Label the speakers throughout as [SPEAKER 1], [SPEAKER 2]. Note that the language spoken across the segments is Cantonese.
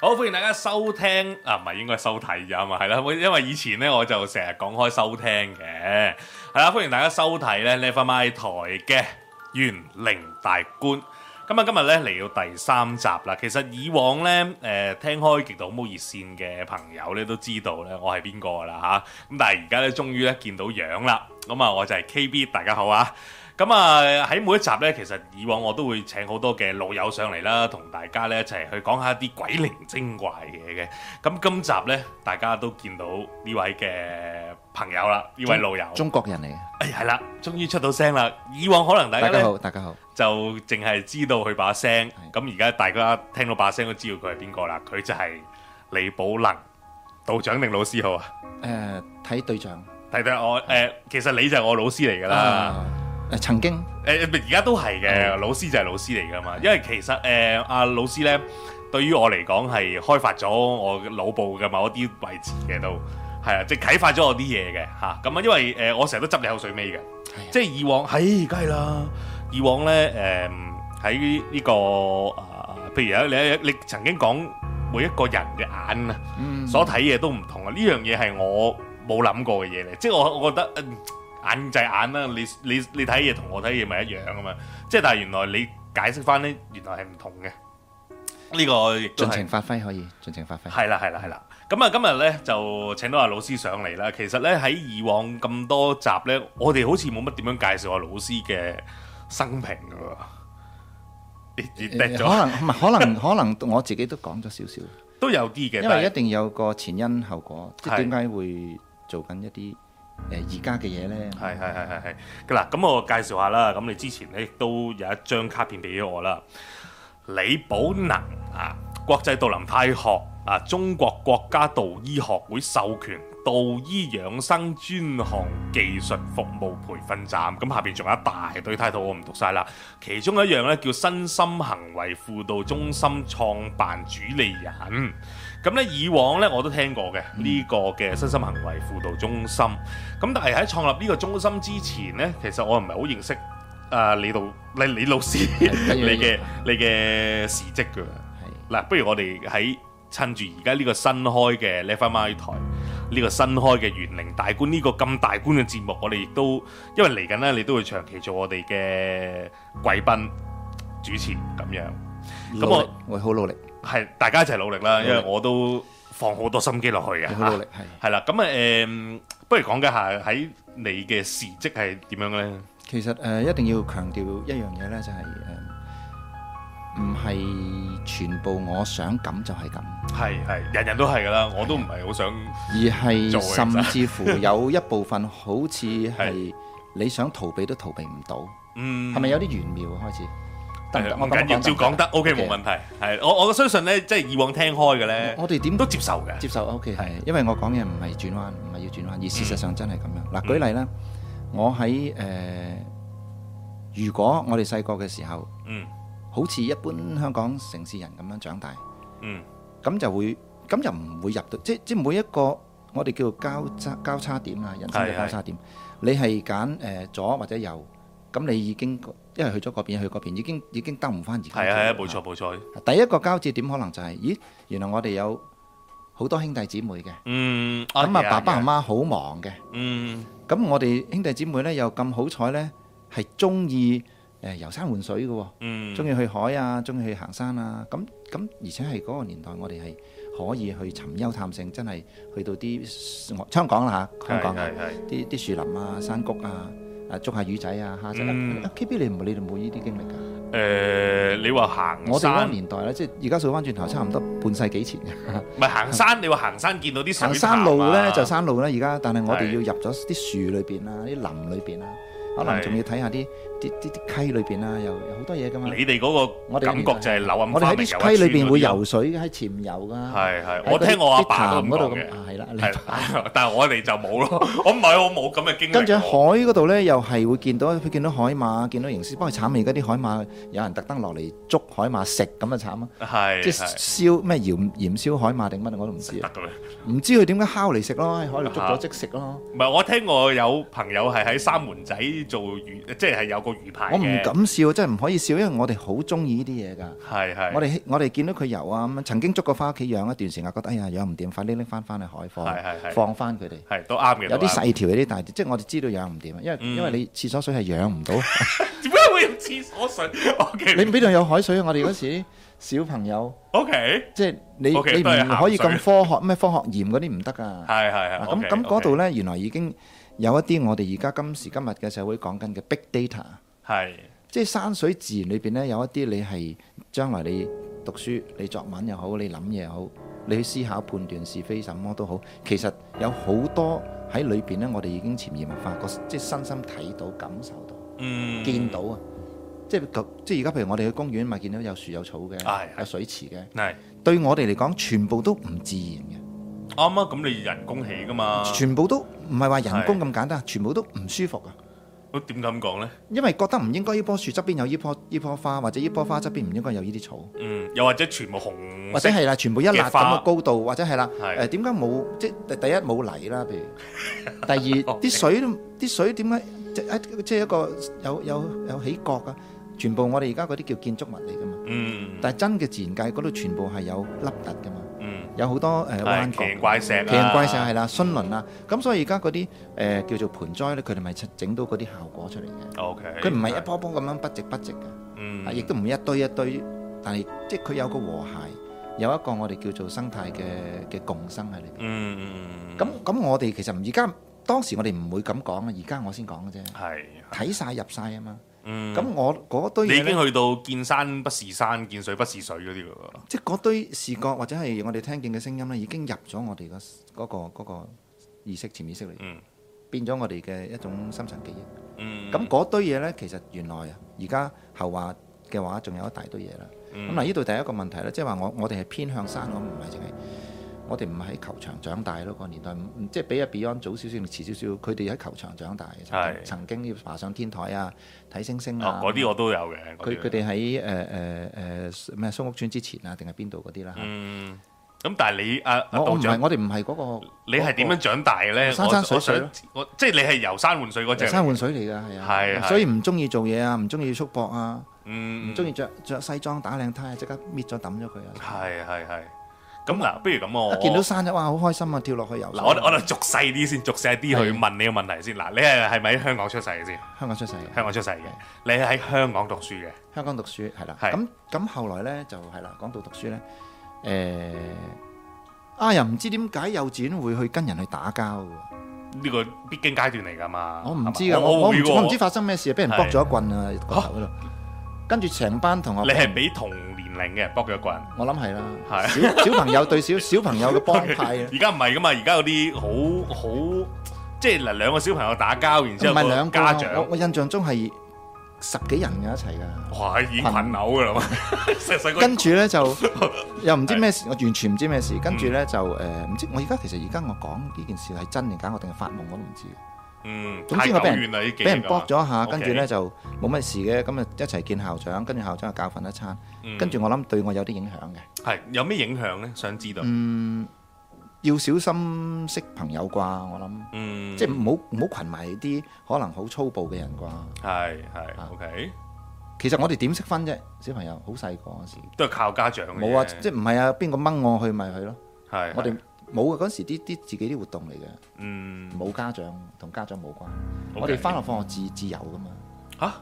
[SPEAKER 1] 好，歡迎大家收聽啊，唔係應該收睇咋嘛，係啦，因為以前咧我就成日講開收聽嘅，啊係啦，歡迎大家收睇咧 Never Mind 台嘅玄靈大觀。咁啊，今日咧嚟到第三集啦。其實以往咧，誒、呃、聽開極度冇熱線嘅朋友咧都知道咧，我係邊個噶啦嚇。咁但係而家咧，終於咧見到樣啦。咁啊，我就係 KB，大家好啊。咁啊喺每一集咧，其實以往我都會請好多嘅老友上嚟啦，同大家咧一齊去講下啲鬼靈精怪嘅嘢嘅。咁今集咧，大家都見到呢位嘅朋友啦，呢位老友，
[SPEAKER 2] 中國人嚟嘅。
[SPEAKER 1] 哎係啦，終於出到聲啦。以往可能大家
[SPEAKER 2] 大
[SPEAKER 1] 咧
[SPEAKER 2] 家。好，大家好。
[SPEAKER 1] 就淨係知道佢把聲，咁而家大家聽到把聲都知道佢係邊個啦。佢就係李寶能道長定老師好啊？
[SPEAKER 2] 誒，睇對象
[SPEAKER 1] 睇睇我誒、呃其實你就係我老師嚟
[SPEAKER 2] 啊
[SPEAKER 1] 㗎啦。
[SPEAKER 2] 誒，啊曾經
[SPEAKER 1] 誒而家都係嘅，
[SPEAKER 2] 嗯
[SPEAKER 1] 老師就係老師嚟㗎嘛。因為其實誒阿、老師呢，對於我嚟講係開發咗我腦部嘅某一啲位置嘅都係啊，即係啟發咗我啲嘢嘅嚇。咁啊，因為誒、呃我成日都執你口水尾嘅。即係以往，係梗係啦。以往咧，誒、喺呢、個啊、譬如有你你曾經講每一個人嘅眼啊，
[SPEAKER 2] 嗯
[SPEAKER 1] 所睇嘢都唔同啊。呢樣嘢係我冇諗過嘅嘢嚟，即係我我覺得、嗯眼就係眼啦。你你你睇嘢同我睇嘢咪一樣啊嘛。即係但係原來你解釋翻咧，原來係唔同嘅。呢、個亦都
[SPEAKER 2] 盡
[SPEAKER 1] 係
[SPEAKER 2] 情發揮可以，盡情發揮。
[SPEAKER 1] 係啦，係啦，係啦。咁啊，今日咧就請到阿老師上嚟啦。其實咧喺以往咁多集咧，我哋好似冇乜點樣介紹阿老師嘅生平㗎喎。你你
[SPEAKER 2] 誒
[SPEAKER 1] 叻咗
[SPEAKER 2] 可能唔係，可能 可能我自己都講咗少少，
[SPEAKER 1] 都有啲嘅，
[SPEAKER 2] 因
[SPEAKER 1] 但
[SPEAKER 2] 為一
[SPEAKER 1] 係
[SPEAKER 2] 定有個前因後果，即係
[SPEAKER 1] 係
[SPEAKER 2] 點解會做緊一啲誒而家嘅嘢咧？
[SPEAKER 1] 係係係係係嗱，咁我介紹下啦。咁你之前咧亦都有一張卡片俾咗我啦。李寶能啊，國際杜林泰學啊，中國國家道醫學會授權道醫養生專項技術服務培訓站。咁下邊仲有一大堆 title，我唔讀晒啦。其中一樣咧叫身心行為輔導中心創辦主理人。咁咧以往咧我都聽過嘅呢、個嘅身心行為輔導中心。咁但係喺創立呢個中心之前呢，其實我唔係好認識啊李導李李老師你
[SPEAKER 2] 緊要
[SPEAKER 1] 嘅你嘅事蹟㗎。
[SPEAKER 2] 係
[SPEAKER 1] 嗱，不如我哋喺趁住而家呢個新開嘅 Level My 台，呢、個新開嘅元靈大觀呢、個咁大觀嘅節目，我哋亦都因為嚟緊呢，你都會長期做我哋嘅貴賓主持咁樣。咁我
[SPEAKER 2] 努力會好努力，
[SPEAKER 1] 係大家一齊努力啦，因為
[SPEAKER 2] 努力
[SPEAKER 1] 我都放好多心機落去嘅嚇
[SPEAKER 2] 會好努力係。
[SPEAKER 1] 係啦，咁啊誒，不如講解下喺你嘅事蹟係點樣咧？
[SPEAKER 2] 其實誒、呃一定要強調一樣嘢咧，就係、誒唔係全部我想咁就係咁，
[SPEAKER 1] 係係，人人都係噶啦，我都唔係好想
[SPEAKER 2] 而
[SPEAKER 1] 做嘅
[SPEAKER 2] 係甚至乎有一部分好似係你想逃避都逃避唔到，
[SPEAKER 1] 嗯
[SPEAKER 2] 係咪、有啲玄妙啊開始？得唔
[SPEAKER 1] 係
[SPEAKER 2] 得？
[SPEAKER 1] 唔
[SPEAKER 2] 我
[SPEAKER 1] 緊要，照講得 OK 冇問題。係我我相信咧，即係以往聽開嘅咧，
[SPEAKER 2] 我哋點
[SPEAKER 1] 都接受嘅。
[SPEAKER 2] 接受 OK 係，因為我講嘢唔係轉彎，唔係要轉彎，而事實上真係咁樣。嗱、舉例啦，我喺誒、呃如果我哋細個嘅時候，
[SPEAKER 1] 嗯
[SPEAKER 2] 好似一般香港城市人咁樣長大。
[SPEAKER 1] 嗯
[SPEAKER 2] 咁就會咁就唔會入到，即即每一個我哋叫做交叉交叉點啊，人生
[SPEAKER 1] 係
[SPEAKER 2] 嘅交叉點。你係揀誒左或者右，咁你已經因為去咗嗰邊，去嗰邊已經已經兜唔翻而家。
[SPEAKER 1] 係啊係啊，冇錯。冇錯。
[SPEAKER 2] 第一個交接點可能就係、咦，原來我哋有好多兄弟姊妹嘅，
[SPEAKER 1] 嗯，
[SPEAKER 2] 咁啊爸爸
[SPEAKER 1] 媽，
[SPEAKER 2] 媽媽好忙嘅，
[SPEAKER 1] 嗯
[SPEAKER 2] 咁我哋兄弟姊妹呢，又咁好彩呢，係中意誒遊山玩水嘅喎、
[SPEAKER 1] 嗯，
[SPEAKER 2] 中意去海啊，中意去行山啊，咁咁而且係嗰個年代，我哋係可以去尋幽探勝，真係去到啲香港啦嚇，香港啊
[SPEAKER 1] 係係係
[SPEAKER 2] 啲啲樹林啊、山谷啊，啊捉下魚仔啊、蝦仔
[SPEAKER 1] 嗯
[SPEAKER 2] 啊。K B 你唔你哋冇呢啲經歷㗎？
[SPEAKER 1] 誒，你話行
[SPEAKER 2] 我哋嗰個
[SPEAKER 1] 山，
[SPEAKER 2] 年代咧，即係而家數翻轉頭，差唔多半世紀前嘅。
[SPEAKER 1] 唔係行山，你話行山見到啲水
[SPEAKER 2] 行山路
[SPEAKER 1] 潭啊
[SPEAKER 2] 咧就山路啦，而家但係我哋
[SPEAKER 1] 係
[SPEAKER 2] 要入咗啲樹裏邊啊、啲林裏邊啊，可能
[SPEAKER 1] 係
[SPEAKER 2] 仲要睇下啲啲啲啲溪裏邊啊，又有好多嘢㗎嘛。
[SPEAKER 1] 你哋嗰個
[SPEAKER 2] 我哋
[SPEAKER 1] 感覺就係柳暗
[SPEAKER 2] 我
[SPEAKER 1] 花
[SPEAKER 2] 哋
[SPEAKER 1] 明又
[SPEAKER 2] 喺啲溪裏
[SPEAKER 1] 一村
[SPEAKER 2] 邊
[SPEAKER 1] 嗰
[SPEAKER 2] 會
[SPEAKER 1] 啲啊
[SPEAKER 2] 游水，喺潛遊㗎。
[SPEAKER 1] 係係，
[SPEAKER 2] 喺
[SPEAKER 1] 我
[SPEAKER 2] 嗰啲
[SPEAKER 1] 聽我阿
[SPEAKER 2] 啲
[SPEAKER 1] 爸都
[SPEAKER 2] 潭
[SPEAKER 1] 咁
[SPEAKER 2] 嗰度
[SPEAKER 1] 講嘅
[SPEAKER 2] 咁，啊係啦，你
[SPEAKER 1] 係， 但係我哋就 冇咯。我唔係，我冇咁嘅經歷喎。
[SPEAKER 2] 跟住喺海嗰度咧，又係會見到佢見到海馬，見到形屍。不過慘啊！而家啲海馬有人特登落嚟捉海馬食，咁啊慘啊！
[SPEAKER 1] 係
[SPEAKER 2] 即係
[SPEAKER 1] 係
[SPEAKER 2] 燒咩鹽鹽燒海馬定乜我都唔知
[SPEAKER 1] 得
[SPEAKER 2] 啊！
[SPEAKER 1] 嘅咩？
[SPEAKER 2] 唔知佢點解烤嚟食咯，喺海度捉咗即食咯。
[SPEAKER 1] 唔係，我聽我有朋友係喺三門仔啲做魚，即係有個魚排
[SPEAKER 2] 我唔
[SPEAKER 1] 嘅。
[SPEAKER 2] 敢笑，真係唔可以笑，因為我哋好中意呢啲嘢㗎。
[SPEAKER 1] 係係
[SPEAKER 2] 我哋我哋見到佢游啊咁樣，曾經捉過翻屋企養一段時間，覺得哎呀養唔掂，快啲拎翻翻去海
[SPEAKER 1] 係係係
[SPEAKER 2] 放，放翻佢哋。
[SPEAKER 1] 係都啱嘅。
[SPEAKER 2] 有
[SPEAKER 1] 都
[SPEAKER 2] 啲
[SPEAKER 1] 啱
[SPEAKER 2] 細條，有啲大條，即係我哋知道養唔掂啊，因為
[SPEAKER 1] 嗯
[SPEAKER 2] 因為你廁所水係養唔 到，
[SPEAKER 1] 點解會有廁所水？O K，
[SPEAKER 2] 你邊度有海水啊？我哋嗰時小朋友，
[SPEAKER 1] O K，
[SPEAKER 2] 即係你你唔
[SPEAKER 1] OK，都係鹹水
[SPEAKER 2] 可以咁科學咩科學鹽嗰啲唔得㗎。
[SPEAKER 1] 係係係。
[SPEAKER 2] 嗱咁
[SPEAKER 1] OK，
[SPEAKER 2] 咁
[SPEAKER 1] OK
[SPEAKER 2] 嗰度呢，原來已經有一啲我哋而家今時今日嘅社會講緊嘅 big data，
[SPEAKER 1] 係
[SPEAKER 2] 即係山水自然裏邊呢，有一啲你係將來你讀書、你作文又好，你諗嘢又好，你去思考判斷是非什麼都好，其實有好多喺裏邊呢，我哋已經潛移默化，個即係身心睇到、感受到、
[SPEAKER 1] 嗯
[SPEAKER 2] 見到啊！即係個即係而家譬如我哋去公園咪見到有樹有草
[SPEAKER 1] 係
[SPEAKER 2] 嘅，
[SPEAKER 1] 係
[SPEAKER 2] 有水池嘅，
[SPEAKER 1] 係
[SPEAKER 2] 對我哋嚟講全部都唔自然嘅。
[SPEAKER 1] 啱啊！咁你人工起㗎嘛？
[SPEAKER 2] 全部都唔係話人工咁簡單，全部都唔舒服啊！
[SPEAKER 1] 我點咁講咧？
[SPEAKER 2] 因為覺得唔應該呢棵樹側邊有呢棵呢棵花，或者呢棵花側邊唔應該有呢啲草，
[SPEAKER 1] 嗯，又或者全部紅
[SPEAKER 2] 或者係啦，全部一
[SPEAKER 1] 嘅
[SPEAKER 2] 辣咁
[SPEAKER 1] 花
[SPEAKER 2] 嘅高度，或者係啦，
[SPEAKER 1] 係
[SPEAKER 2] 誒點解冇即係第一冇 泥啦？譬如第二啲水都啲水點解即係一即係一個有有有起角啊？全部我哋而家嗰啲叫建築物嚟㗎嘛，
[SPEAKER 1] 嗯
[SPEAKER 2] 但係真嘅自然界嗰度全部係有凹凸㗎嘛，
[SPEAKER 1] 嗯，
[SPEAKER 2] 有好多誒
[SPEAKER 1] 係
[SPEAKER 2] 彎
[SPEAKER 1] 奇形
[SPEAKER 2] 角。
[SPEAKER 1] 怪石啊，
[SPEAKER 2] 奇人怪石係啦，崑崙啦，咁所以而家嗰啲誒叫做盆栽咧，佢哋咪出整到嗰啲效果出嚟嘅。
[SPEAKER 1] O K，
[SPEAKER 2] 佢唔係一，樖樖咁樣不直不直嘅，啊
[SPEAKER 1] 嗯，
[SPEAKER 2] 亦都唔係一堆一堆，但係即係佢有個和諧，有一個我哋叫做生態嘅嘅共生喺裏邊。
[SPEAKER 1] 嗯，
[SPEAKER 2] 咁咁我哋其實唔而家當時我哋唔會咁講啊，而家我先講嘅啫，
[SPEAKER 1] 係，
[SPEAKER 2] 睇晒入晒啊嘛。
[SPEAKER 1] 嗯，
[SPEAKER 2] 咁我嗰堆
[SPEAKER 1] 你
[SPEAKER 2] 嘢
[SPEAKER 1] 已
[SPEAKER 2] 呢
[SPEAKER 1] 經去到見山不是山，見水不是水嗰啲㗎喎。
[SPEAKER 2] 即係嗰堆視覺或者係我哋聽見嘅聲音咧，已經入咗我哋個嗰個嗰個意識潛意識裏邊，
[SPEAKER 1] 嗯
[SPEAKER 2] 變咗我哋嘅一種深層記憶。
[SPEAKER 1] 嗯，
[SPEAKER 2] 咁嗰堆嘢呢，其實原來啊，而家後話嘅話，仲有一大堆嘢啦。咁嗱、
[SPEAKER 1] 咁
[SPEAKER 2] 呢度第一個問題咧，即係話我我哋係偏向山，我唔係淨係我哋唔係喺球場長大咯。個年代唔唔即係比阿 Beyond 早少少，定遲少少，佢哋喺球場長大嘅，曾
[SPEAKER 1] 係
[SPEAKER 2] 經曾經要爬上天台啊，睇星星
[SPEAKER 1] 哦
[SPEAKER 2] 啊。，
[SPEAKER 1] 嗰啲我都有嘅。嗰
[SPEAKER 2] 佢
[SPEAKER 1] 啲
[SPEAKER 2] 佢哋喺誒誒誒咩蘇屋村之前啊，定係邊度嗰啲啦？
[SPEAKER 1] 嗯，咁但係你啊，啊
[SPEAKER 2] 我我
[SPEAKER 1] 道
[SPEAKER 2] 唔係
[SPEAKER 1] 長，
[SPEAKER 2] 我哋唔係嗰個，
[SPEAKER 1] 你係點樣長大嘅咧？
[SPEAKER 2] 山山水水
[SPEAKER 1] 我我想我即係你係遊山玩水嗰
[SPEAKER 2] 遊
[SPEAKER 1] 只。
[SPEAKER 2] 山玩水嚟㗎，係
[SPEAKER 1] 係係
[SPEAKER 2] 啊，所以唔中意做嘢啊，唔中意束縛啊。
[SPEAKER 1] 嗯，
[SPEAKER 2] 唔中意着着西裝打領呔，啊即刻搣咗抌咗佢啊！
[SPEAKER 1] 係係係。咁嗱，不如咁我
[SPEAKER 2] 一見到山就哇，好開心啊，跳落去游水。
[SPEAKER 1] 哦嗱，我我哋逐細啲先，逐細啲去
[SPEAKER 2] 係
[SPEAKER 1] 問你個問題先。嗱，你係係咪喺香港出世嘅先？
[SPEAKER 2] 香港出世
[SPEAKER 1] 香
[SPEAKER 2] 嘅，
[SPEAKER 1] 港出世嘅，你係喺香港讀書嘅。
[SPEAKER 2] 香港讀書係啦。
[SPEAKER 1] 係
[SPEAKER 2] 咁咁後來咧就係啦，講到讀書咧，誒啊又唔知點解幼稚園會去跟人去打交嘅喎，
[SPEAKER 1] 呢個必經階段嚟㗎嘛。
[SPEAKER 2] 我唔知
[SPEAKER 1] 係
[SPEAKER 2] 㗎，
[SPEAKER 1] 嘛
[SPEAKER 2] 我我
[SPEAKER 1] 會
[SPEAKER 2] 唔
[SPEAKER 1] 喎
[SPEAKER 2] 我唔知發生咩事，俾人
[SPEAKER 1] 係
[SPEAKER 2] 卜咗一棍啊個頭嗰度，跟住成班同學
[SPEAKER 1] 你
[SPEAKER 2] 俾人
[SPEAKER 1] 係俾同年齡嘅搏咗一個人。
[SPEAKER 2] 我諗係啦，
[SPEAKER 1] 係
[SPEAKER 2] 小 小朋友對小小朋友嘅幫派啊。
[SPEAKER 1] 而家唔係噶嘛，而家有啲好好，即係嗱兩個小朋友打交， 然之後
[SPEAKER 2] 唔係
[SPEAKER 1] 個
[SPEAKER 2] 兩個
[SPEAKER 1] 家
[SPEAKER 2] 啊，我
[SPEAKER 1] 長，
[SPEAKER 2] 我印象中係十幾人嘅一齊㗎。
[SPEAKER 1] 哇已經群扭噶啦嘛， 細細個
[SPEAKER 2] 跟住 咧就又唔知咩事，我完全唔知咩事。跟住咧就誒唔知，我而家其實而家我講呢件事係真定假，我定係發夢我都唔知。
[SPEAKER 1] 嗯，
[SPEAKER 2] 總
[SPEAKER 1] 太
[SPEAKER 2] 之
[SPEAKER 1] 久
[SPEAKER 2] 我俾
[SPEAKER 1] 遠
[SPEAKER 2] 人
[SPEAKER 1] 啦，已經
[SPEAKER 2] 俾人搏咗一下，
[SPEAKER 1] OK
[SPEAKER 2] 跟住咧就冇乜事嘅，咁啊一齊見校長，跟住校長就教訓一餐。
[SPEAKER 1] 嗯
[SPEAKER 2] 跟住我諗對我有啲影響嘅，
[SPEAKER 1] 係有咩影響咧？想知道，
[SPEAKER 2] 嗯要小心識朋友啩，我諗。
[SPEAKER 1] 嗯，
[SPEAKER 2] 即係唔好唔好群埋啲可能好粗暴嘅人啩。
[SPEAKER 1] 係係
[SPEAKER 2] 啊
[SPEAKER 1] OK，
[SPEAKER 2] 其實我哋點識分啫？小朋友好細個嗰時，
[SPEAKER 1] 都係靠家長嘅啫
[SPEAKER 2] 冇啊，即係唔係啊？邊個掹我去咪去咯？
[SPEAKER 1] 係
[SPEAKER 2] 我哋
[SPEAKER 1] 係
[SPEAKER 2] 冇啊！嗰時啲啲自己啲活動嚟嘅。
[SPEAKER 1] 嗯，
[SPEAKER 2] 冇家長，同家長冇關。
[SPEAKER 1] OK
[SPEAKER 2] 我哋翻落放學自自由噶嘛，
[SPEAKER 1] 嚇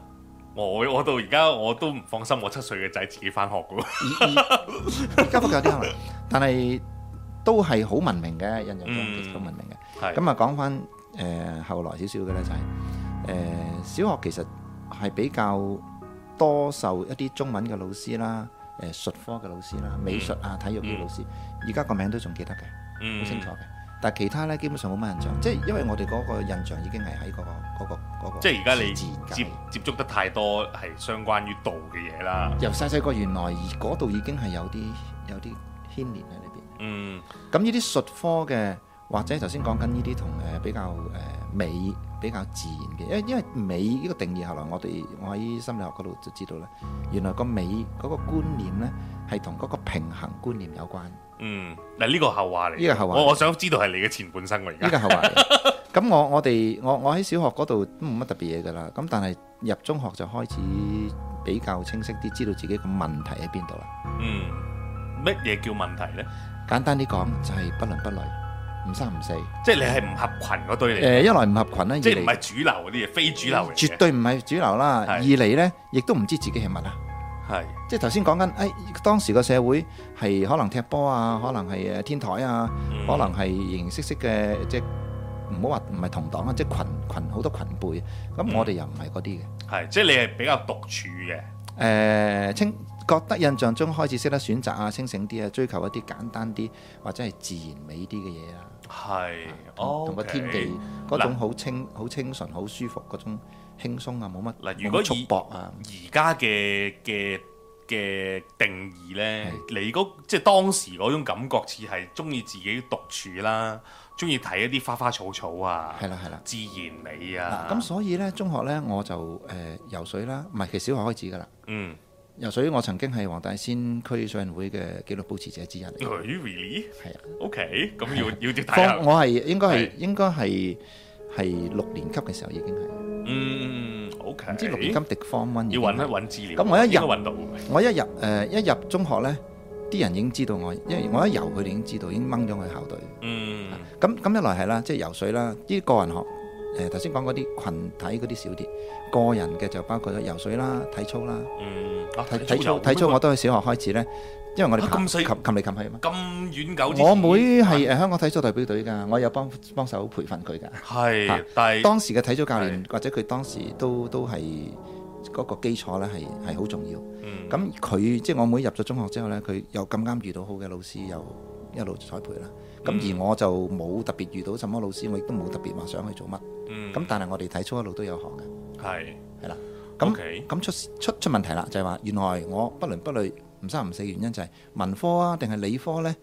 [SPEAKER 1] 我我到而家我都唔放心，我七歲嘅仔自己翻學噶喎，
[SPEAKER 2] 而而而家不過有啲可能，但係都係好文明嘅，印象中
[SPEAKER 1] 嗯
[SPEAKER 2] 其實好文明嘅。
[SPEAKER 1] 係
[SPEAKER 2] 咁啊，講翻誒後來少少嘅咧，就係、誒、小學其實係比較多受一啲中文嘅老師啦。呃誒術科嘅老師
[SPEAKER 1] 嗯
[SPEAKER 2] 啦，美術啊、體育嘅老師，而家個名都仲記得嘅，好
[SPEAKER 1] 嗯
[SPEAKER 2] 清楚嘅。但係其他呢，基本上冇乜印象，即係因為我哋嗰個印象已經係喺嗰個嗰個嗰個
[SPEAKER 1] 即係而家你
[SPEAKER 2] 自然界
[SPEAKER 1] 接接觸得太多係相關於道嘅嘢啦。
[SPEAKER 2] 由細細個原來而嗰度已經係有啲有啲牽連喺裏邊。
[SPEAKER 1] 嗯
[SPEAKER 2] 咁呢啲術科嘅，或者頭先講緊呢啲同誒比較誒、呃美比較自然嘅，因為因為美呢個定義後來我哋我喺心理學嗰度就知道咧，原來個美嗰個觀念咧係同嗰個平衡觀念有關。
[SPEAKER 1] 嗯，嗱呢個後話嚟，
[SPEAKER 2] 呢個後話
[SPEAKER 1] 我我想知道係你嘅前半生喎，而家
[SPEAKER 2] 呢 個後話嚟嘅。咁我我哋我我喺小學嗰度都冇乜特別嘢噶啦，咁但係入中學就開始比較清晰啲，知道自己嘅問題喺邊度啦。
[SPEAKER 1] 嗯，乜嘢叫問題呢？
[SPEAKER 2] 簡單啲講就係不倫不類，唔三唔四。誒、
[SPEAKER 1] 即係你係唔合群嗰堆嚟嘅，
[SPEAKER 2] 一來唔合群啦，二
[SPEAKER 1] 即係唔
[SPEAKER 2] 嚟
[SPEAKER 1] 係主流嗰啲嘢，非主流嚟嘅。
[SPEAKER 2] 絕對唔係主流啦，
[SPEAKER 1] 係
[SPEAKER 2] 二嚟呢亦都唔知自己係乜啊。
[SPEAKER 1] 係
[SPEAKER 2] 即係頭先講緊，誒、哎、當時個社會係可能踢波啊，可能係誒天台啊，
[SPEAKER 1] 嗯
[SPEAKER 2] 可能係形形色色嘅，即係唔好話唔係同黨啊，即係群群好多群輩。啊
[SPEAKER 1] 嗯
[SPEAKER 2] 咁我哋又唔係嗰啲嘅。
[SPEAKER 1] 係，即係你係比較獨處嘅。
[SPEAKER 2] 誒、呃清覺得印象中開始識得選擇啊，清醒啲啊，追求一啲簡單啲或者係自然美啲嘅嘢啦，
[SPEAKER 1] 係，
[SPEAKER 2] 嗯同同個
[SPEAKER 1] 哦 OK
[SPEAKER 2] 天地嗰
[SPEAKER 1] 嗱
[SPEAKER 2] 種好清好清純、好舒服嗰種輕鬆啊，冇乜
[SPEAKER 1] 嗱
[SPEAKER 2] 冇
[SPEAKER 1] 如果
[SPEAKER 2] 乜束
[SPEAKER 1] 以
[SPEAKER 2] 縛啊，
[SPEAKER 1] 而家嘅嘅嘅定義呢，
[SPEAKER 2] 係
[SPEAKER 1] 你嗰即係當時嗰種感覺似係中意自己獨處啦，中意睇一啲花花草草啊，
[SPEAKER 2] 係啦係啦。
[SPEAKER 1] 自然美
[SPEAKER 2] 嗱
[SPEAKER 1] 啊，
[SPEAKER 2] 咁所以呢，中學呢，我就誒、游水啦，唔係其實小學開始噶啦。
[SPEAKER 1] 嗯，
[SPEAKER 2] 游水我曾經係黃大仙區水運會嘅紀律保持者之一嚟
[SPEAKER 1] 咦
[SPEAKER 2] 嘅，
[SPEAKER 1] really？OK，
[SPEAKER 2] 係啊，
[SPEAKER 1] 咁要要要睇
[SPEAKER 2] 方
[SPEAKER 1] 下，
[SPEAKER 2] 我係應該係
[SPEAKER 1] 啊係
[SPEAKER 2] 應該係係六年級嘅時候已經係，
[SPEAKER 1] 嗯，OK，
[SPEAKER 2] 唔知六年級迪方温
[SPEAKER 1] 要啊揾一揾資料，
[SPEAKER 2] 咁我一入
[SPEAKER 1] 應該揾到嘅，
[SPEAKER 2] 我一入誒、呃一入中學呢，啲人已經知道我，因為我一游佢哋已經知道，已經掹咗我去校隊。
[SPEAKER 1] 嗯，
[SPEAKER 2] 咁咁一來係啦，即係游水啦，啲個人學誒呃頭先講嗰啲群體嗰啲少啲，個人嘅就包括咗游水啦、體操啦。
[SPEAKER 1] 嗯，啊
[SPEAKER 2] 體
[SPEAKER 1] 體
[SPEAKER 2] 體
[SPEAKER 1] 操
[SPEAKER 2] 操體操我都係小學開始呢，因為我哋
[SPEAKER 1] 啊咁細
[SPEAKER 2] 擒擒擒嚟擒去啊嘛。
[SPEAKER 1] 咁遠久之前，
[SPEAKER 2] 我妹係誒香港體操代表隊㗎，我有幫幫手培訓佢㗎。
[SPEAKER 1] 係
[SPEAKER 2] 啊，
[SPEAKER 1] 但係
[SPEAKER 2] 當時嘅體操教練或者佢當時都都係嗰個基礎呢，係係好重要。
[SPEAKER 1] 嗯
[SPEAKER 2] 咁佢即係我妹入咗中學之後呢，佢又咁啱遇到好嘅老師，又一路栽培啦。咁
[SPEAKER 1] 嗯
[SPEAKER 2] 而我就冇特別遇到什麼老師，我亦都冇特別話想去做乜。
[SPEAKER 1] 嗯
[SPEAKER 2] 咁但係我哋體操一路都有學嘅，
[SPEAKER 1] 係
[SPEAKER 2] 係啦。咁
[SPEAKER 1] OK，
[SPEAKER 2] 咁出出出問題啦，就係話原來我不倫不類、唔三唔四，原因就係文科啊，定係理科呢？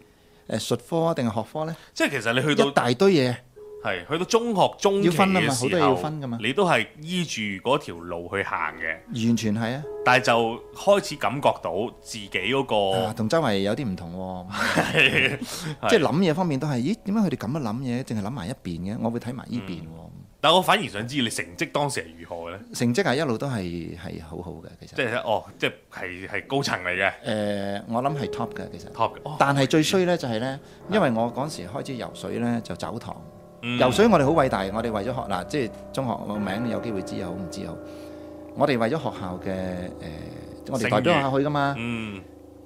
[SPEAKER 2] 誒術科啊，定係學科呢？
[SPEAKER 1] 即係其實你去到
[SPEAKER 2] 一。大堆嘢。
[SPEAKER 1] 係去到中學中期
[SPEAKER 2] 要分啊嘛
[SPEAKER 1] 嘅
[SPEAKER 2] 好多
[SPEAKER 1] 時
[SPEAKER 2] 嘢要
[SPEAKER 1] 候，
[SPEAKER 2] 分㗎嘛
[SPEAKER 1] 你都係依住嗰條路去行嘅，
[SPEAKER 2] 完全係啊！
[SPEAKER 1] 但係就開始感覺到自己嗰、
[SPEAKER 2] 啊
[SPEAKER 1] 個
[SPEAKER 2] 同周圍有啲唔同喎、
[SPEAKER 1] 哦係
[SPEAKER 2] 即係諗嘢方面都係，咦？點解佢哋咁樣諗嘢，淨係諗埋一邊嘅？我會睇埋呢邊喎。
[SPEAKER 1] 但我反而想知你成績當時係如何嘅呢？
[SPEAKER 2] 成績啊，一路都係係好好嘅，其實。
[SPEAKER 1] 即係哦，即係係係高層嚟嘅
[SPEAKER 2] 誒、我諗係 top 嘅其實。
[SPEAKER 1] top 嘅。哦
[SPEAKER 2] 但係最衰呢就係呢，因為我嗰時開始游水呢，就走堂。
[SPEAKER 1] 嗯
[SPEAKER 2] 游水我哋好偉大，我哋為咗學嗱，即係中學個名有機會知又好唔知又好，我哋為咗學校嘅誒、我哋代表學校去噶嘛，
[SPEAKER 1] 嗯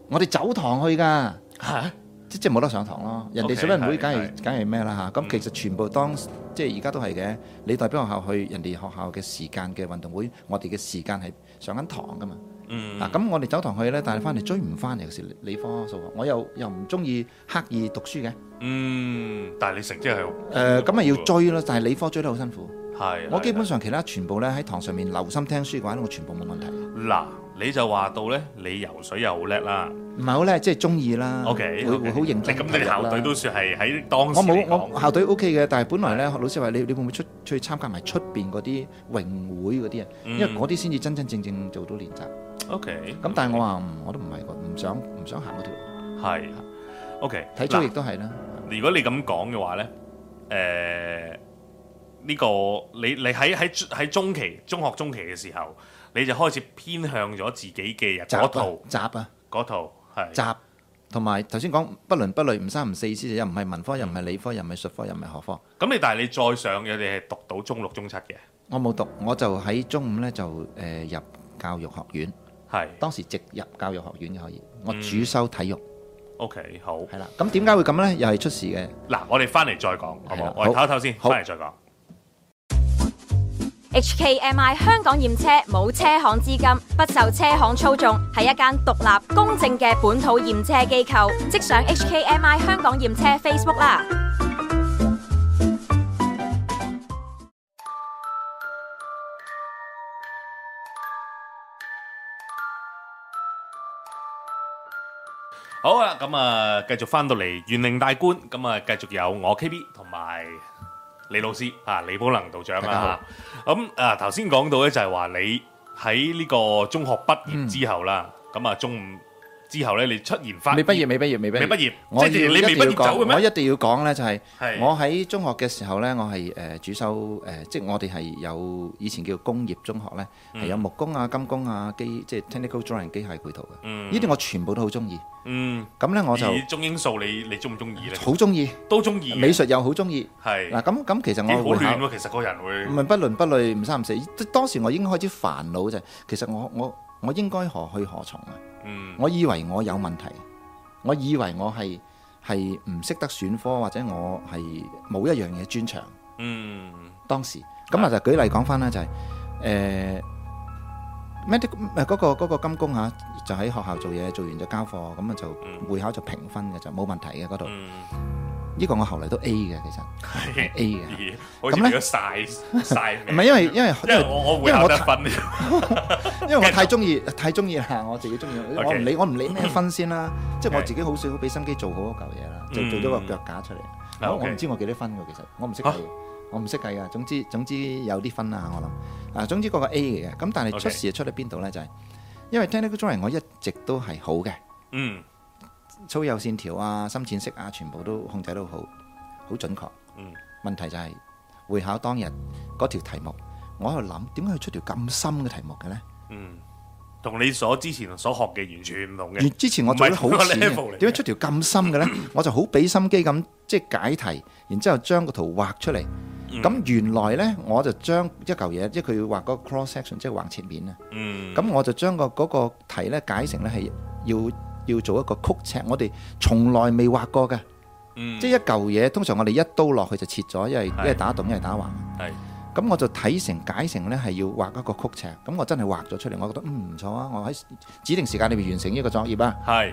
[SPEAKER 2] 我哋走堂去㗎。即即係冇得上堂咯，人哋
[SPEAKER 1] OK，
[SPEAKER 2] 水運會梗
[SPEAKER 1] 係
[SPEAKER 2] 係梗係咩啦嚇？咁
[SPEAKER 1] 嗯
[SPEAKER 2] 其實全部當即係而家都係嘅，你代表學校去人哋學校嘅時間嘅運動會，我哋嘅時間係上緊堂噶嘛。
[SPEAKER 1] 嗯
[SPEAKER 2] 啊，咁我哋走堂去呢，但係翻嚟追唔翻，尤其是理科數學，我又又唔中意刻意讀書嘅。
[SPEAKER 1] 嗯，但係你成績係好
[SPEAKER 2] 誒，咁咪要追咯，但係理科追得好辛苦。
[SPEAKER 1] 係
[SPEAKER 2] 我基本
[SPEAKER 1] 係
[SPEAKER 2] 上其他全部呢喺堂上面留心聽書嘅話呢，我全部冇問題。
[SPEAKER 1] 嗱，你就話到呢，你游水又好叻啦。
[SPEAKER 2] 唔係好呢，即係中意啦，
[SPEAKER 1] O
[SPEAKER 2] 會
[SPEAKER 1] K，
[SPEAKER 2] 會好認真
[SPEAKER 1] 咁
[SPEAKER 2] 投入啦。
[SPEAKER 1] 你校隊都算係喺當時
[SPEAKER 2] 我
[SPEAKER 1] 嚟
[SPEAKER 2] 冇
[SPEAKER 1] 講
[SPEAKER 2] 我校隊 O K 嘅，但係本來咧老師話你你會唔會出出去參加埋出邊嗰啲泳會嗰啲啊？
[SPEAKER 1] 嗯
[SPEAKER 2] 因為嗰啲先至真真正正做到練習。
[SPEAKER 1] O K，
[SPEAKER 2] 咁但係我
[SPEAKER 1] 嗯
[SPEAKER 2] 話嗯唔我都唔係個唔想唔想行嗰條路。
[SPEAKER 1] 係 O K，
[SPEAKER 2] 體操亦都係啦，
[SPEAKER 1] 如果你咁講嘅話呢，誒、呢、個你你喺喺喺中期中學中期嘅時候，你就開始偏向咗自己嘅
[SPEAKER 2] 集
[SPEAKER 1] 嗰套
[SPEAKER 2] 啊集啊
[SPEAKER 1] 嗰套係
[SPEAKER 2] 集，同埋頭先講不倫不類唔三唔四先至，又唔係文科，又唔係理科，又唔係術科，又唔係學科。
[SPEAKER 1] 咁你但係你再上嘅，你係讀到中六中七嘅，
[SPEAKER 2] 我冇讀，我就喺中午咧就誒、呃入教育學院，
[SPEAKER 1] 係
[SPEAKER 2] 當時直入教育學院嘅可以。我主修體育
[SPEAKER 1] OK 好。
[SPEAKER 2] 係啦，咁點解會咁呢？又係出事嘅。
[SPEAKER 1] 嗱，我哋翻嚟再講，好
[SPEAKER 2] 係
[SPEAKER 1] 冇
[SPEAKER 2] 啦？
[SPEAKER 1] 我哋唞
[SPEAKER 2] 好
[SPEAKER 1] 一唞先，
[SPEAKER 2] 好
[SPEAKER 1] 翻嚟再講。
[SPEAKER 3] HKMI 香港驗車冇車行資金，不受車行操縱，係一間獨立公正嘅本土驗車機構。即上 HKMI 香港驗車 Facebook 啦！
[SPEAKER 1] 好啦，咁啊，繼續翻到嚟元令大觀，咁啊，繼續有我 KB 同埋李老師啊，李寶能道長
[SPEAKER 2] 大家好
[SPEAKER 1] 啦。咁啊，頭先講到咧，就係話你喺呢個中學畢業之後啦，咁啊，中五之後咧，你出現翻
[SPEAKER 2] 未畢業，未畢業，未畢
[SPEAKER 1] 未
[SPEAKER 2] 業
[SPEAKER 1] 畢。業，
[SPEAKER 2] 我要
[SPEAKER 1] 即係你
[SPEAKER 2] 一
[SPEAKER 1] 未
[SPEAKER 2] 定要
[SPEAKER 1] 畢業走
[SPEAKER 2] 講，
[SPEAKER 1] 嘅
[SPEAKER 2] 我
[SPEAKER 1] 咩？
[SPEAKER 2] 一定要講呢，就係
[SPEAKER 1] 係
[SPEAKER 2] 我喺中學嘅時候呢，我係誒主修誒，即係我哋係有以前叫工業中學呢，係有木工啊、金工啊、機即係 technical drawing 機械繪圖嘅。
[SPEAKER 1] 嗯
[SPEAKER 2] 呢啲我全部都好中意。
[SPEAKER 1] 嗯，
[SPEAKER 2] 咁呢，我就
[SPEAKER 1] 以中英數你你中唔中意咧？
[SPEAKER 2] 好中意
[SPEAKER 1] 都中意嘅
[SPEAKER 2] 美術，又好中意。
[SPEAKER 1] 係
[SPEAKER 2] 嗱咁咁，其實
[SPEAKER 1] 咦好
[SPEAKER 2] 我會考
[SPEAKER 1] 亂。喎，其實個人會
[SPEAKER 2] 唔係不倫不類，唔三唔四。即當時我已經開始煩惱就係，其實我我我應該何去何從啊？
[SPEAKER 1] 嗯
[SPEAKER 2] 我以為我有問題，我以為我係係唔識得選科，或者我係冇一樣嘢專長。
[SPEAKER 1] 嗯
[SPEAKER 2] 當時咁啊，就舉例講翻啦，就係、誒 medical 誒嗰個嗰、個金工嚇，就喺學校做嘢，做完就交課，咁啊
[SPEAKER 1] 嗯
[SPEAKER 2] 就會考就評分嘅就冇問題嘅嗰度。呢、
[SPEAKER 1] 嗯，
[SPEAKER 2] 個我後嚟都 A 嘅，其實
[SPEAKER 1] 係
[SPEAKER 2] A 嘅，
[SPEAKER 1] 咦好似
[SPEAKER 2] 咁呢
[SPEAKER 1] 變咗晒晒
[SPEAKER 2] 唔
[SPEAKER 1] 命
[SPEAKER 2] 係因為因為
[SPEAKER 1] 因為我我會
[SPEAKER 2] 因為
[SPEAKER 1] 考
[SPEAKER 2] 我
[SPEAKER 1] 得分，
[SPEAKER 2] 因為我太中意太中意啦，我自己中意，我唔理我唔理咩分先啦，即係我
[SPEAKER 1] Okay
[SPEAKER 2] 自己好少俾心機做好嗰嚿嘢啦，就
[SPEAKER 1] 嗯
[SPEAKER 2] 做咗個腳架出嚟。
[SPEAKER 1] 啊
[SPEAKER 2] 我
[SPEAKER 1] OK
[SPEAKER 2] 我唔知我幾多分㗎，其實我唔識
[SPEAKER 1] 嚇
[SPEAKER 2] 計，我唔識計㗎。總之總之有啲分啦，我諗啊，總之嗰個 A 嚟嘅。咁但係
[SPEAKER 1] OK
[SPEAKER 2] 出事係出喺邊度呢？就係因為 technical drawing 我一直都係好嘅，
[SPEAKER 1] 嗯
[SPEAKER 2] 粗幼線條啊、深淺色啊，全部都控制到好，好準確。
[SPEAKER 1] 嗯
[SPEAKER 2] 問題就係會考當日嗰條題目，我喺度諗點解佢出條咁深嘅題目嘅呢？
[SPEAKER 1] 嗯，同你所之前所學嘅完全唔同嘅
[SPEAKER 2] 原，之前我做得好淺
[SPEAKER 1] 唔係同一個 level 嚟
[SPEAKER 2] 嘅，
[SPEAKER 1] 嘅
[SPEAKER 2] 點解出條咁深 嘅呢？我就好俾心機咁即係解題，然之後將個圖畫出嚟。
[SPEAKER 1] 嗯
[SPEAKER 2] 咁原來呢，我就將一嚿嘢，即係佢要畫嗰個 cross section，即係橫切面啊。
[SPEAKER 1] 嗯
[SPEAKER 2] 咁我就將個嗰個題呢解成呢係要要做一個曲尺，我哋從來未畫過嘅，
[SPEAKER 1] 嗯
[SPEAKER 2] 即係一嚿嘢。通常我哋一刀落去就切咗，因為
[SPEAKER 1] 係
[SPEAKER 2] 一係打戙，一係打橫。
[SPEAKER 1] 係
[SPEAKER 2] 咁我就睇成解成呢係要畫一個曲尺。咁我真係畫咗出嚟，我覺得嗯唔錯啊！我喺指定時間裏面完成呢個作業啊，
[SPEAKER 1] 係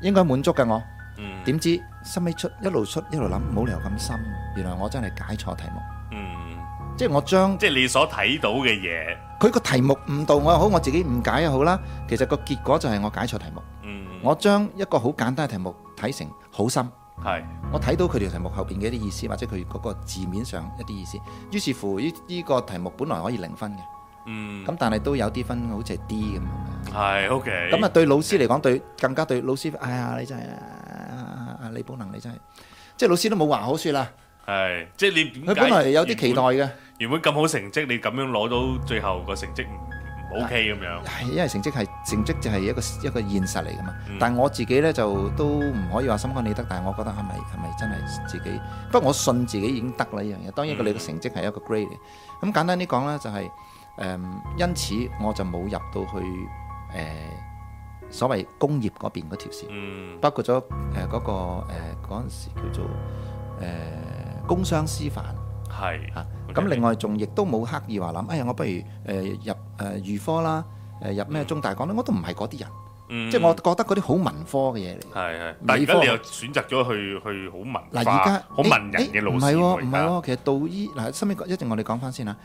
[SPEAKER 2] 應該滿足嘅我。
[SPEAKER 1] 嗯
[SPEAKER 2] 點知收尾出一路出一路諗，冇理由咁深。原來我真係解錯題目，
[SPEAKER 1] 嗯，
[SPEAKER 2] 即係我將
[SPEAKER 1] 即係你所睇到嘅嘢，
[SPEAKER 2] 佢個題目誤導我又好，我自己誤解又好啦。其實個結果就係我解錯題目，
[SPEAKER 1] 嗯
[SPEAKER 2] 我將一個好簡單嘅題目睇成好深。
[SPEAKER 1] 係
[SPEAKER 2] 我睇到佢條題目後邊嘅一啲意思，或者佢嗰個字面上一啲意思。於是乎，呢呢個題目本來可以零分嘅，
[SPEAKER 1] 嗯
[SPEAKER 2] 咁但係都有啲分，好似係 D 咁樣。
[SPEAKER 1] 係 OK，
[SPEAKER 2] 咁啊，對老師嚟講，對更加對老師，哎呀，你真係啊，啊李寶能，你真係，即係老師都冇話好説啦。
[SPEAKER 1] 係即係你
[SPEAKER 2] 佢
[SPEAKER 1] 點解
[SPEAKER 2] 本來有啲期待
[SPEAKER 1] 原本
[SPEAKER 2] 嘅，
[SPEAKER 1] 原本咁好成績，你咁樣攞到最後個成績唔唔 OK 咁樣，
[SPEAKER 2] 係因為成績係成績就係一個一個現實嚟噶嘛
[SPEAKER 1] 嗯。
[SPEAKER 2] 但我自己呢，就都唔可以話心安理得，但係我覺得係咪係咪真係自己？不過我信自己已經得啦呢樣嘢。當然個
[SPEAKER 1] 嗯
[SPEAKER 2] 你個成績係一個 grade 嚟。咁簡單啲講啦，就係、嗯因此我就冇入到去誒、呃所謂工業嗰邊嗰條線，
[SPEAKER 1] 嗯
[SPEAKER 2] 包括咗誒嗰個誒嗰陣時叫做誒、呃工商師範。
[SPEAKER 1] 係
[SPEAKER 2] 嚇
[SPEAKER 1] OK
[SPEAKER 2] 咁另外仲亦都冇刻意話諗，哎呀，我不如誒、呃入誒、呃、預科啦，誒、入咩中大講咧，我都唔係嗰啲人，
[SPEAKER 1] 嗯
[SPEAKER 2] 即係我覺得嗰啲好文科嘅嘢嚟。
[SPEAKER 1] 係係，
[SPEAKER 2] 美
[SPEAKER 1] 但係而家
[SPEAKER 2] 科
[SPEAKER 1] 你又選擇咗去去好文化
[SPEAKER 2] 嗱，而家
[SPEAKER 1] 好文人嘅路
[SPEAKER 2] 誒
[SPEAKER 1] 線
[SPEAKER 2] 誒
[SPEAKER 1] 喎
[SPEAKER 2] 唔係喎，唔係喎，其實到依嗱，收尾一陣我哋講翻先啦。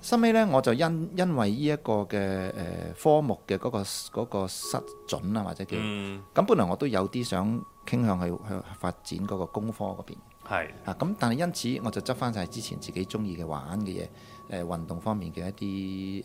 [SPEAKER 2] 收尾咧，我就因因為呢一個嘅誒、呃科目嘅嗰、個嗰個失準啊，或者叫咁，
[SPEAKER 1] 嗯
[SPEAKER 2] 本來我都有啲想傾向去去發展嗰個工科嗰邊。
[SPEAKER 1] 係
[SPEAKER 2] 啊，咁但係因此我就執翻晒之前自己中意嘅玩嘅嘢，誒、運動方面嘅一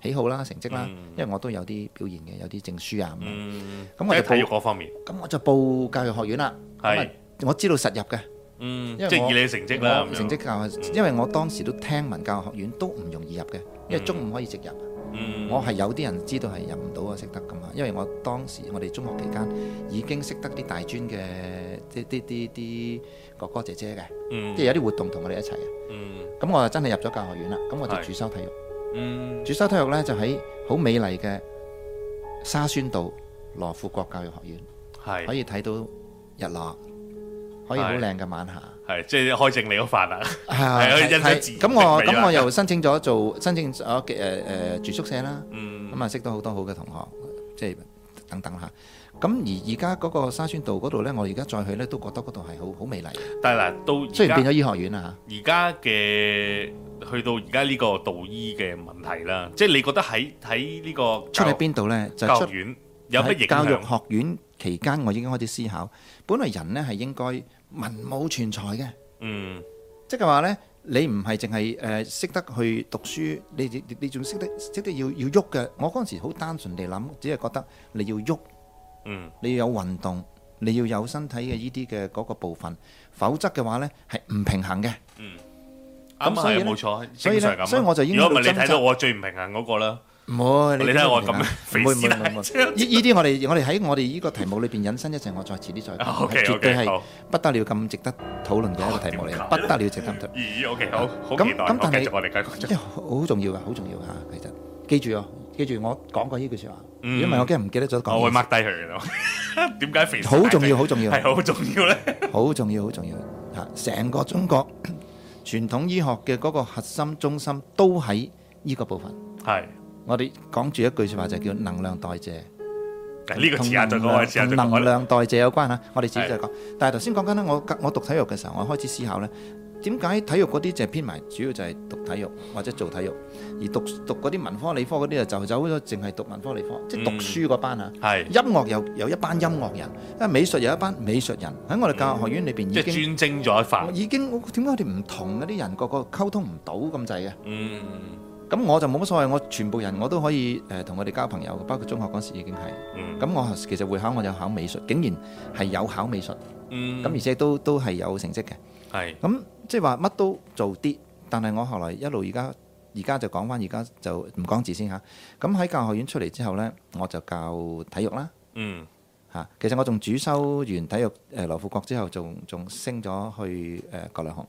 [SPEAKER 2] 啲誒、喜好啦、成績啦，
[SPEAKER 1] 嗯
[SPEAKER 2] 因為我都有啲表現嘅，有啲證書啊咁樣。
[SPEAKER 1] 嗯，
[SPEAKER 2] 咁
[SPEAKER 1] 咁我
[SPEAKER 2] 我就
[SPEAKER 1] 喺體育嗰方面，
[SPEAKER 2] 咁我就報教育學院啦。
[SPEAKER 1] 係
[SPEAKER 2] 咁啊，我知道實入嘅，
[SPEAKER 1] 嗯，
[SPEAKER 2] 因為
[SPEAKER 1] 即係
[SPEAKER 2] 我
[SPEAKER 1] 以你嘅成績啦，
[SPEAKER 2] 我
[SPEAKER 1] 咁樣嗯
[SPEAKER 2] 成績教學，因為我當時都聽聞教育學院都唔容易入嘅，因為中午可以直入。
[SPEAKER 1] 嗯
[SPEAKER 2] 我係有啲人知道係入唔到啊，識得噶嘛。因為我當時我哋中學期間已經識得啲大專嘅啲啲啲啲哥哥姐姐嘅，
[SPEAKER 1] 嗯
[SPEAKER 2] 即係有啲活動同我哋一齊嘅。
[SPEAKER 1] 嗯
[SPEAKER 2] 咁我就真係入咗教學院啦。咁我就
[SPEAKER 1] 係
[SPEAKER 2] 主修體育，
[SPEAKER 1] 嗯
[SPEAKER 2] 主修體育呢，就喺好美麗嘅沙宣道羅富國教育學院，可
[SPEAKER 1] 係
[SPEAKER 2] 以睇到日落，可以好
[SPEAKER 1] 係
[SPEAKER 2] 靚嘅晚霞。
[SPEAKER 1] 係即係開正你嗰飯啦，
[SPEAKER 2] 啊
[SPEAKER 1] 係可以
[SPEAKER 2] 睇
[SPEAKER 1] 欣賞
[SPEAKER 2] 睇
[SPEAKER 1] 自然
[SPEAKER 2] 咁我
[SPEAKER 1] 嘅美啦
[SPEAKER 2] 咁我又申請咗做申請咗嘅誒誒住宿舍啦，
[SPEAKER 1] 嗯
[SPEAKER 2] 咁啊識到好多好嘅同學，即係等等嚇。咁而而家嗰個沙宣道嗰度呢，我而家再去呢，都覺得嗰度係好好美麗。
[SPEAKER 1] 但係嗱到
[SPEAKER 2] 雖
[SPEAKER 1] 而
[SPEAKER 2] 然
[SPEAKER 1] 家
[SPEAKER 2] 變咗醫學院啦
[SPEAKER 1] 而家嘅去到而家呢個導醫嘅問題啦，即係你覺得喺喺呢個
[SPEAKER 2] 嚇，出
[SPEAKER 1] 教
[SPEAKER 2] 喺邊度呢？就出
[SPEAKER 1] 教育院有乜
[SPEAKER 2] 喺
[SPEAKER 1] 影
[SPEAKER 2] 教育
[SPEAKER 1] 響？
[SPEAKER 2] 學院期間，我已經開始思考，本來人呢係應該文武全才嘅，
[SPEAKER 1] 嗯
[SPEAKER 2] 即係話呢，你唔係淨係誒識得去讀書，你你你你仲識得識得要要喐嘅。我嗰陣時好單純地諗，只係覺得你要喐
[SPEAKER 1] 嗯
[SPEAKER 2] 你要有運動，你要有身體嘅呢啲嘅嗰個部分，否則嘅話呢係唔平衡嘅。
[SPEAKER 1] 嗯，
[SPEAKER 2] 咁
[SPEAKER 1] 啱
[SPEAKER 2] 所以
[SPEAKER 1] 係
[SPEAKER 2] 呢
[SPEAKER 1] 冇錯，
[SPEAKER 2] 所
[SPEAKER 1] 正
[SPEAKER 2] 以呢
[SPEAKER 1] 常咁啊。
[SPEAKER 2] 所以我就應該
[SPEAKER 1] 如果唔係你
[SPEAKER 2] 掙扎
[SPEAKER 1] 睇到我最唔平衡嗰個啦，
[SPEAKER 2] 唔會，
[SPEAKER 1] 你睇下我
[SPEAKER 2] 明白
[SPEAKER 1] 咁樣肥
[SPEAKER 2] 唔會唔
[SPEAKER 1] 屍
[SPEAKER 2] 會唔
[SPEAKER 1] 啦
[SPEAKER 2] 會唔會。呢呢啲我哋我哋喺我哋呢個題目裏邊引申一陣，我再遲啲 再講，
[SPEAKER 1] OK，OK，
[SPEAKER 2] 絕對係
[SPEAKER 1] 好
[SPEAKER 2] 不得了咁值得討論嘅一個題目嚟
[SPEAKER 1] 哦，
[SPEAKER 2] 不得了值得唔得？
[SPEAKER 1] 咦？OK，好好
[SPEAKER 2] 咁
[SPEAKER 1] 期待。
[SPEAKER 2] 咁
[SPEAKER 1] 好
[SPEAKER 2] 但係
[SPEAKER 1] 繼續我哋繼續
[SPEAKER 2] 因為好重要啊嘅，好重要嚇，其實記住啊，記住我講過呢句説話，
[SPEAKER 1] 嗯
[SPEAKER 2] 如果唔係我驚唔記得咗講。
[SPEAKER 1] 我會 mark 低佢嘅。 點解肥屍
[SPEAKER 2] 好重
[SPEAKER 1] 大隻
[SPEAKER 2] 要，好重要。
[SPEAKER 1] 係好重要咧？
[SPEAKER 2] 好重要，好重要嚇！成個中國 傳統醫學嘅嗰個核心中心都喺呢個部分。
[SPEAKER 1] 係
[SPEAKER 2] 我哋講住一句説話就叫能量代謝，
[SPEAKER 1] 呢個
[SPEAKER 2] 同
[SPEAKER 1] 遲下再
[SPEAKER 2] 能
[SPEAKER 1] 講，我
[SPEAKER 2] 量
[SPEAKER 1] 遲下再
[SPEAKER 2] 同
[SPEAKER 1] 講。我
[SPEAKER 2] 能
[SPEAKER 1] 哋
[SPEAKER 2] 量代謝有關嚇。我哋自己
[SPEAKER 1] 係
[SPEAKER 2] 再講。但係頭先講緊咧，我我讀體育嘅時候，我開始思考呢點解體育嗰啲就係編埋，主要就係讀體育或者做體育，而讀讀嗰啲文科理科嗰啲就就走咗，淨係讀文科理科，即係讀
[SPEAKER 1] 嗯
[SPEAKER 2] 書嗰班嚇。啊
[SPEAKER 1] 係
[SPEAKER 2] 音樂有有一班音樂人，啊美術有一班美術人。喺我哋教育學院裏邊
[SPEAKER 1] 嗯
[SPEAKER 2] 已
[SPEAKER 1] 即
[SPEAKER 2] 經。
[SPEAKER 1] 係專精咗一
[SPEAKER 2] 我
[SPEAKER 1] 範。
[SPEAKER 2] 已經點解我哋唔同嗰啲人個個溝通唔到咁滯嘅？啊
[SPEAKER 1] 嗯
[SPEAKER 2] 咁我就冇乜所謂，我全部人我都可以誒同佢哋交朋友，包括中學嗰時已經係。
[SPEAKER 1] 嗯
[SPEAKER 2] 咁我其實會考我有考美術，竟然係有考美術，咁、
[SPEAKER 1] 嗯，
[SPEAKER 2] 而且都都係有成績嘅。
[SPEAKER 1] 係
[SPEAKER 2] 咁即係話乜都做啲，但係我後來一路而家而家就講翻，而家就唔講字先嚇。咁喺教學院出嚟之後呢，我就教體育啦。
[SPEAKER 1] 嗯
[SPEAKER 2] 嚇、其實我仲主修完體育誒、呃、羅富國之後，仲仲升咗去誒、呃、葛量洪。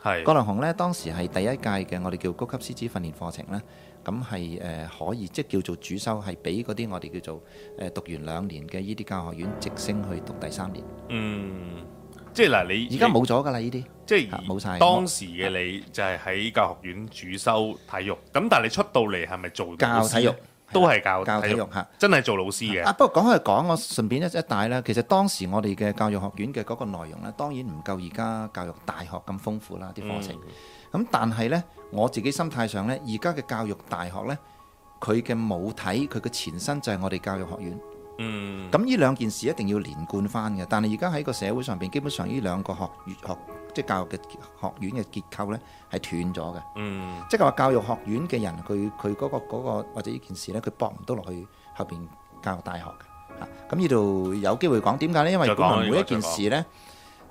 [SPEAKER 2] 葛
[SPEAKER 1] 係
[SPEAKER 2] 量洪咧當時係第一屆嘅我哋叫高級師資訓練課程咧，咁係呃誒可以即係叫做主修，係俾嗰啲我哋叫做誒、呃、讀完兩年嘅呢啲教學院直升去讀第三年，
[SPEAKER 1] 嗯，即係嗱，你
[SPEAKER 2] 而家冇咗㗎啦呢啲。
[SPEAKER 1] 即係
[SPEAKER 2] 啊冇晒
[SPEAKER 1] 當時嘅你就係喺教學院主修體育，咁但係你出到嚟係咪做老師
[SPEAKER 2] 教體育啊
[SPEAKER 1] 都係教
[SPEAKER 2] 教體
[SPEAKER 1] 體
[SPEAKER 2] 育
[SPEAKER 1] 育
[SPEAKER 2] 嚇
[SPEAKER 1] 真係做老師
[SPEAKER 2] 啊，
[SPEAKER 1] 嘅。
[SPEAKER 2] 不過講開講，我順便一一帶啦。其實當時我哋嘅教育學院嘅嗰個內容咧，當然唔夠而家教育大學咁豐富啦啲
[SPEAKER 1] 嗯
[SPEAKER 2] 課程。咁、但係呢，我自己心態上呢，而家嘅教育大學呢，佢嘅母體佢嘅前身就係我哋教育學院。
[SPEAKER 1] 嗯，
[SPEAKER 2] 咁呢兩件事一定要連貫翻嘅，但係而家喺個社會上邊，基本上呢兩個學院學即係教育嘅學院嘅結構呢係斷咗嘅，
[SPEAKER 1] 嗯，
[SPEAKER 2] 即係話教育學院嘅人佢佢嗰個嗰、個或者呢件事呢，佢駁唔到落去後邊教育大學嘅嚇。啊咁呢度有機會講點解呢？因為
[SPEAKER 1] 再講
[SPEAKER 2] 本來每
[SPEAKER 1] 呢
[SPEAKER 2] 一
[SPEAKER 1] 個
[SPEAKER 2] 件
[SPEAKER 1] 再講
[SPEAKER 2] 事呢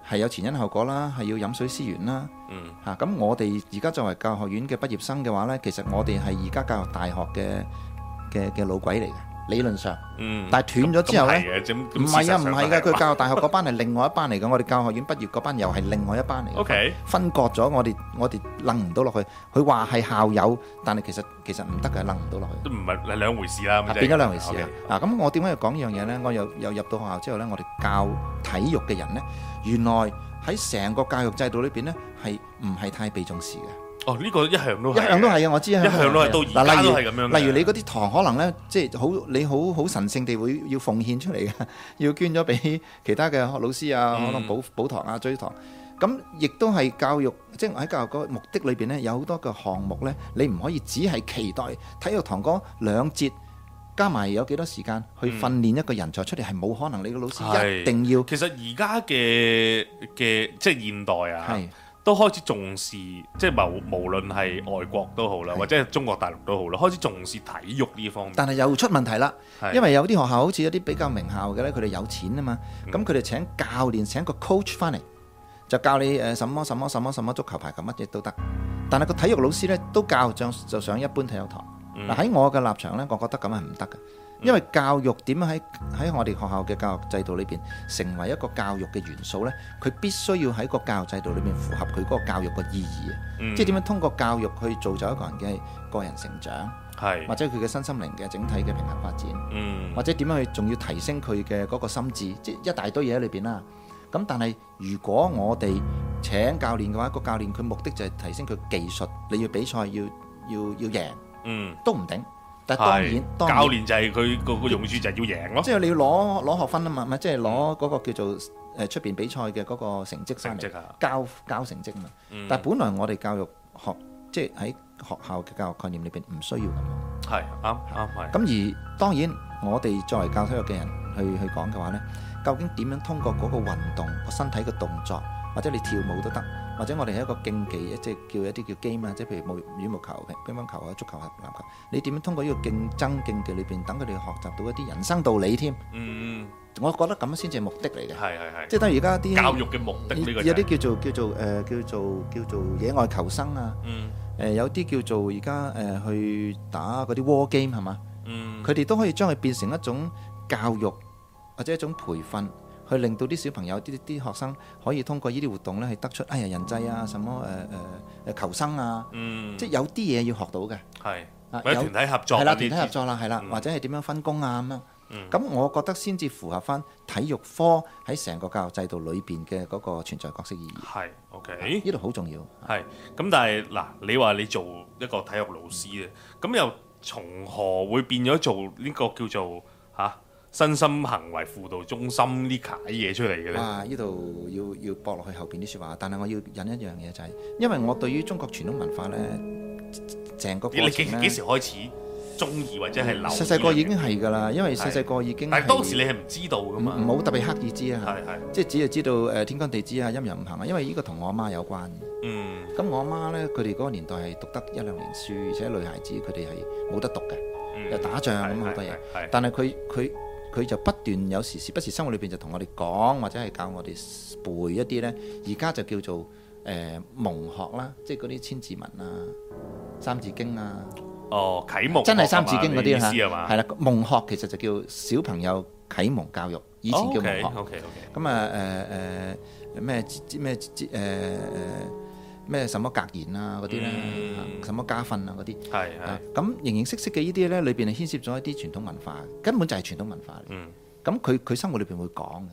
[SPEAKER 2] 係有前因後果啦，係要飲水思源啦。
[SPEAKER 1] 嗯，
[SPEAKER 2] 嚇、咁我哋而家作為教育學院嘅畢業生嘅話呢，其實我哋係而家教育大學嘅嘅嘅老鬼嚟嘅，理論上。
[SPEAKER 1] 嗯，
[SPEAKER 2] 但係斷咗之後呢
[SPEAKER 1] 咁係嘅，咁咁
[SPEAKER 2] 唔係啊，
[SPEAKER 1] 事實
[SPEAKER 2] 唔
[SPEAKER 1] 上
[SPEAKER 2] 係㗎，
[SPEAKER 1] 都
[SPEAKER 2] 佢教育大學嗰班係另外一班嚟嘅，我哋教學院畢業嗰班又係另外一班嚟嘅
[SPEAKER 1] OK，
[SPEAKER 2] 分割咗我哋，我哋楞唔到落去。佢話係校友，但係其實其實唔得嘅，楞唔到落去，
[SPEAKER 1] 都唔係兩回事啦，咁即
[SPEAKER 2] 啊
[SPEAKER 1] 係
[SPEAKER 2] 變咗兩回事啊
[SPEAKER 1] OK，！
[SPEAKER 2] 嗱，咁我點解要講呢樣嘢呢？我又又入到學校之後呢，我哋教體育嘅人呢，原來喺成個教育制度裏邊呢，係唔係太被重視嘅？
[SPEAKER 1] 哦，呢個一向都係
[SPEAKER 2] 一向都係啊，我知一
[SPEAKER 1] 一向都係到而家都係啊咁樣嘅
[SPEAKER 2] 嗱，例如例如你嗰啲堂可能咧，即係好你好好神聖地會要奉獻出嚟嘅， 要捐咗俾其他嘅學老師啊，
[SPEAKER 1] 嗯
[SPEAKER 2] 可能補補堂啊、追堂。咁亦都係教育，即係喺教育個目的裏邊咧，有好多嘅項目咧，你唔可以只係期待體育堂嗰兩節加埋有幾多時間去訓練一個人才出嚟，係冇可能。你個老師
[SPEAKER 1] 係
[SPEAKER 2] 一定要
[SPEAKER 1] 其實而家嘅嘅即係現代啊
[SPEAKER 2] 係。
[SPEAKER 1] 都開始重視，即係無無論係外國都好啦，
[SPEAKER 2] 係
[SPEAKER 1] 或者係中國大陸都好啦，開始重視體育呢方面。
[SPEAKER 2] 但係又出問題啦
[SPEAKER 1] 係，
[SPEAKER 2] 因為有啲學校好似有啲比較名校嘅咧，佢哋有錢啊嘛，
[SPEAKER 1] 嗯
[SPEAKER 2] 咁佢哋請教練請個 coach 翻嚟，就教你誒什麼什麼什麼什麼足球排球乜嘢都得，但係個體育老師咧都教就就上一般體育堂。
[SPEAKER 1] 嗯
[SPEAKER 2] 嗱喺、我嘅立場咧，我覺得咁係唔得嘅，因為教育點樣喺喺我哋學校嘅教育制度裏邊成為一個教育嘅元素咧，佢必須要喺個教育制度裏面符合佢嗰個教育嘅意義啊，
[SPEAKER 1] 嗯
[SPEAKER 2] 即係點樣通過教育去造就一個人嘅個人成長。或
[SPEAKER 1] 係
[SPEAKER 2] 者佢嘅身心靈嘅整體嘅平衡發展，
[SPEAKER 1] 嗯
[SPEAKER 2] 或者點樣去仲要提升佢嘅嗰個心智，即係一大堆嘢喺裏邊啦。咁但係如果我哋請教練嘅話，個教練佢目的就係提升佢技術，你要比賽要要要贏
[SPEAKER 1] 嗯。
[SPEAKER 2] 都唔定。但係當
[SPEAKER 1] 係
[SPEAKER 2] 然，當然
[SPEAKER 1] 教練就係佢個個用處就係要贏咯，
[SPEAKER 2] 即係你要攞攞學分啊嘛，唔係即係攞嗰個叫做誒出邊比賽嘅嗰個成績
[SPEAKER 1] 成
[SPEAKER 2] 翻嚟
[SPEAKER 1] 績啊，
[SPEAKER 2] 交交成績啊嘛。
[SPEAKER 1] 嗯
[SPEAKER 2] 但係本來我哋教育學即係喺學校嘅教育概念裏邊唔需要咁樣。
[SPEAKER 1] 係啱啱係，
[SPEAKER 2] 咁而當然，我哋作為教體育嘅人去去講嘅話呢，究竟點樣通過嗰個運動、個身體嘅動作，或者你跳舞都得，或者我哋係一個競技，即係叫一啲叫 game 啊，即係譬如羽羽毛球、乒乓球啊、足球啊、籃球，你點樣通過呢個競爭競技裏邊，等佢哋學習到一啲人生道理添？
[SPEAKER 1] 嗯，
[SPEAKER 2] 我覺得咁先至係目的嚟
[SPEAKER 1] 系，
[SPEAKER 2] 嘅
[SPEAKER 1] 系
[SPEAKER 2] 即係等於而家
[SPEAKER 1] 系，
[SPEAKER 2] 啲
[SPEAKER 1] 教育嘅目的呢個
[SPEAKER 2] 有
[SPEAKER 1] 就係
[SPEAKER 2] 啲叫做叫做誒叫做叫做野外求生啊，
[SPEAKER 1] 嗯
[SPEAKER 2] 誒有啲叫做而家誒去打嗰啲 war game 係嘛？
[SPEAKER 1] 嗯，
[SPEAKER 2] 佢哋都可以將佢變成一種教育或者一種培訓，去令到啲小朋友、啲啲學生可以通過呢啲活動咧，去得出哎呀人際啊、什麼誒誒誒求生啊，
[SPEAKER 1] 嗯，
[SPEAKER 2] 即係
[SPEAKER 1] 即
[SPEAKER 2] 有啲嘢要學到嘅。
[SPEAKER 1] 係
[SPEAKER 2] 啊
[SPEAKER 1] 或者
[SPEAKER 2] 有
[SPEAKER 1] 團體合作
[SPEAKER 2] 係啦，
[SPEAKER 1] 嗰
[SPEAKER 2] 團體
[SPEAKER 1] 啲
[SPEAKER 2] 合作啦，係啦，
[SPEAKER 1] 嗯
[SPEAKER 2] 或者係點樣分工啊咁樣。
[SPEAKER 1] 嗯
[SPEAKER 2] 咁我覺得先至符合翻體育科喺成個教育制度裏邊嘅嗰個存在角色意義。
[SPEAKER 1] 係 OK
[SPEAKER 2] 啊。呢度好重要。
[SPEAKER 1] 係咁，但係嗱，你話你做一個體育老師啊，咁又從何會變咗做呢個叫做嚇、啊身心行為輔導中心呢啲嘢出嚟嘅咧？
[SPEAKER 2] 啊！呢度要要駁落去後邊啲説話，但係我要引一樣嘢就係、因為我對於中國傳統文化呢，成個
[SPEAKER 1] 你
[SPEAKER 2] 過
[SPEAKER 1] 你幾
[SPEAKER 2] 程
[SPEAKER 1] 幾
[SPEAKER 2] 咧，
[SPEAKER 1] 時開始中意或者係留？
[SPEAKER 2] 細細個已經，係㗎啦，因為細細個已經
[SPEAKER 1] 但係當時你
[SPEAKER 2] 係嗯
[SPEAKER 1] 係唔知道噶嘛？
[SPEAKER 2] 唔好特別刻意知啊，
[SPEAKER 1] 係係
[SPEAKER 2] 即係只係知道誒、呃天干地支啊、陰陽五行啊，因為呢個同我阿媽有關嘅。
[SPEAKER 1] 嗯
[SPEAKER 2] 咁我阿媽呢，佢哋嗰個年代係讀得一兩年書，而且女孩子佢哋係冇得讀嘅。
[SPEAKER 1] 嗯
[SPEAKER 2] 又打仗咁好多嘢。但係佢佢佢就不斷有時時不時生活裏邊就同我哋講，或者係教我哋背一啲呢。而家就叫做誒、呃蒙學啦，即係嗰啲千字文啊、三字經啊，
[SPEAKER 1] 哦，啟蒙
[SPEAKER 2] 真係
[SPEAKER 1] 學
[SPEAKER 2] 三
[SPEAKER 1] 啊
[SPEAKER 2] 字
[SPEAKER 1] 嘛
[SPEAKER 2] 經嗰
[SPEAKER 1] 你
[SPEAKER 2] 啲
[SPEAKER 1] 意思係
[SPEAKER 2] 嚇，
[SPEAKER 1] 嘛？
[SPEAKER 2] 係啦。蒙學其實就叫小朋友啟蒙教育，以
[SPEAKER 1] 哦
[SPEAKER 2] 前叫蒙學。
[SPEAKER 1] O K O K，
[SPEAKER 2] 咁啊誒誒咩知咩知誒誒咩什麼格言啊嗰啲呢，
[SPEAKER 1] 嗯
[SPEAKER 2] 啊什麼家訓啊嗰啲。
[SPEAKER 1] 係
[SPEAKER 2] 啊
[SPEAKER 1] 係
[SPEAKER 2] 咁形形色色嘅呢啲呢，裏邊係牽涉咗一啲傳統文化，根本就係傳統文化嚟。
[SPEAKER 1] 嗯
[SPEAKER 2] 咁佢佢生活裏邊會講嘅，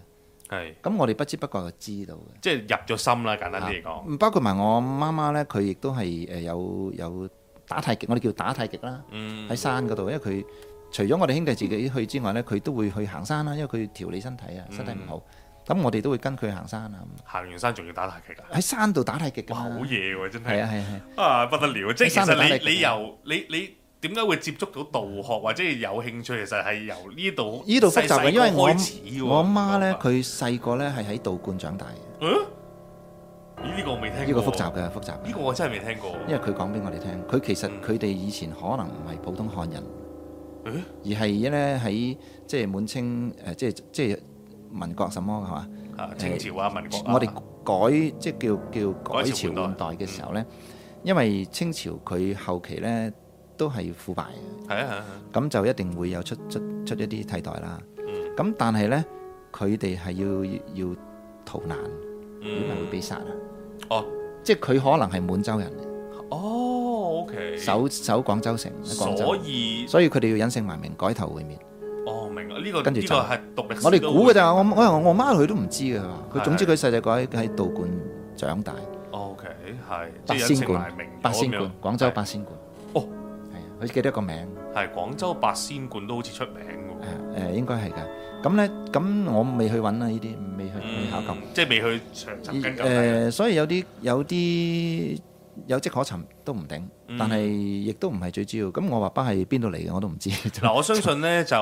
[SPEAKER 1] 係，
[SPEAKER 2] 咁我哋不知不覺就知道嘅。
[SPEAKER 1] 即係入咗心啦，簡單啲嚟講。
[SPEAKER 2] 啊包括埋我媽媽呢，佢亦都係誒有有打太極，我哋叫打太極啦，
[SPEAKER 1] 嗯
[SPEAKER 2] 喺山嗰度，因為佢除咗我哋兄弟自己去之外呢，佢都會去行山啦，因為佢調理身體
[SPEAKER 1] 嗯
[SPEAKER 2] 啊，身體唔好，咁我哋都會跟佢行山啊，
[SPEAKER 1] 行完山仲要打太極啊！
[SPEAKER 2] 喺山度打太極㗎
[SPEAKER 1] 嗯哇，
[SPEAKER 2] 嘛
[SPEAKER 1] 好嘢喎，真
[SPEAKER 2] 係
[SPEAKER 1] 係
[SPEAKER 2] 啊係啊係啊。
[SPEAKER 1] 啊，不得了！即係其
[SPEAKER 2] 山度打太
[SPEAKER 1] 實
[SPEAKER 2] 極
[SPEAKER 1] 你你
[SPEAKER 2] 啊
[SPEAKER 1] 由你你點解會接觸到道學或者係有興趣，其實係由呢度
[SPEAKER 2] 呢度複雜嘅，啊因為我
[SPEAKER 1] 細細個開始喎哦
[SPEAKER 2] 我阿媽
[SPEAKER 1] 明
[SPEAKER 2] 呢，
[SPEAKER 1] 白
[SPEAKER 2] 佢細個呢係喺道觀長大嘅，
[SPEAKER 1] 嗯咦呢個我未聽過，
[SPEAKER 2] 呢個複雜嘅複雜嘅
[SPEAKER 1] 呢個。我真係未聽過。
[SPEAKER 2] 因為佢講俾我哋聽，佢其實
[SPEAKER 1] 嗯
[SPEAKER 2] 佢哋以前可能唔係普通漢人，
[SPEAKER 1] 誒
[SPEAKER 2] 而係咧喺即係滿清誒、即係即係民國什麼係嘛？
[SPEAKER 1] 啊，清朝啊，民國啊，
[SPEAKER 2] 我哋改即係叫叫改
[SPEAKER 1] 改朝
[SPEAKER 2] 朝
[SPEAKER 1] 換
[SPEAKER 2] 換代嘅時候咧，因為清朝佢後期咧都係腐敗嘅，
[SPEAKER 1] 係啊係啊，
[SPEAKER 2] 咁就一定會有出出出一啲替代啦。
[SPEAKER 1] 嗯
[SPEAKER 2] 咁但係咧，佢哋係要要逃難，因為會
[SPEAKER 1] 嗯，
[SPEAKER 2] 被殺啊！
[SPEAKER 1] 哦
[SPEAKER 2] 即係佢可能係滿洲人，
[SPEAKER 1] 哦，OK，
[SPEAKER 2] 守守廣州城，喺廣州
[SPEAKER 1] 所。以
[SPEAKER 2] 所以佢哋要隱姓埋名改頭換面。
[SPEAKER 1] 哦，明啦，呢個
[SPEAKER 2] 跟住
[SPEAKER 1] 呢個
[SPEAKER 2] 就
[SPEAKER 1] 係讀歷史
[SPEAKER 2] 我哋
[SPEAKER 1] 都
[SPEAKER 2] 估
[SPEAKER 1] 會
[SPEAKER 2] 嘅咋，我我我阿媽佢都唔知嘅，佢
[SPEAKER 1] 係
[SPEAKER 2] 總之佢細細個喺喺道館長大，
[SPEAKER 1] O K，係
[SPEAKER 2] 八
[SPEAKER 1] 即係隱
[SPEAKER 2] 仙
[SPEAKER 1] 姓埋
[SPEAKER 2] 館
[SPEAKER 1] 名，
[SPEAKER 2] 八仙
[SPEAKER 1] 館
[SPEAKER 2] 館，，廣州八仙館。
[SPEAKER 1] 哦，
[SPEAKER 2] 係啊，佢記得個名，
[SPEAKER 1] 係廣州八仙館都好似出名嘅喎。
[SPEAKER 2] 誒誒應該係嘅。咁咧，咁我未去揾啊，呢啲未去未考究。
[SPEAKER 1] 嗯即係未去長尋根究底。啊
[SPEAKER 2] 誒，所以有啲有啲有跡可尋都唔定，
[SPEAKER 1] 嗯
[SPEAKER 2] 但係亦都唔係最主要。咁我爸爸係邊度嚟嘅我都 唔知。
[SPEAKER 1] 嗱，我相信 咧就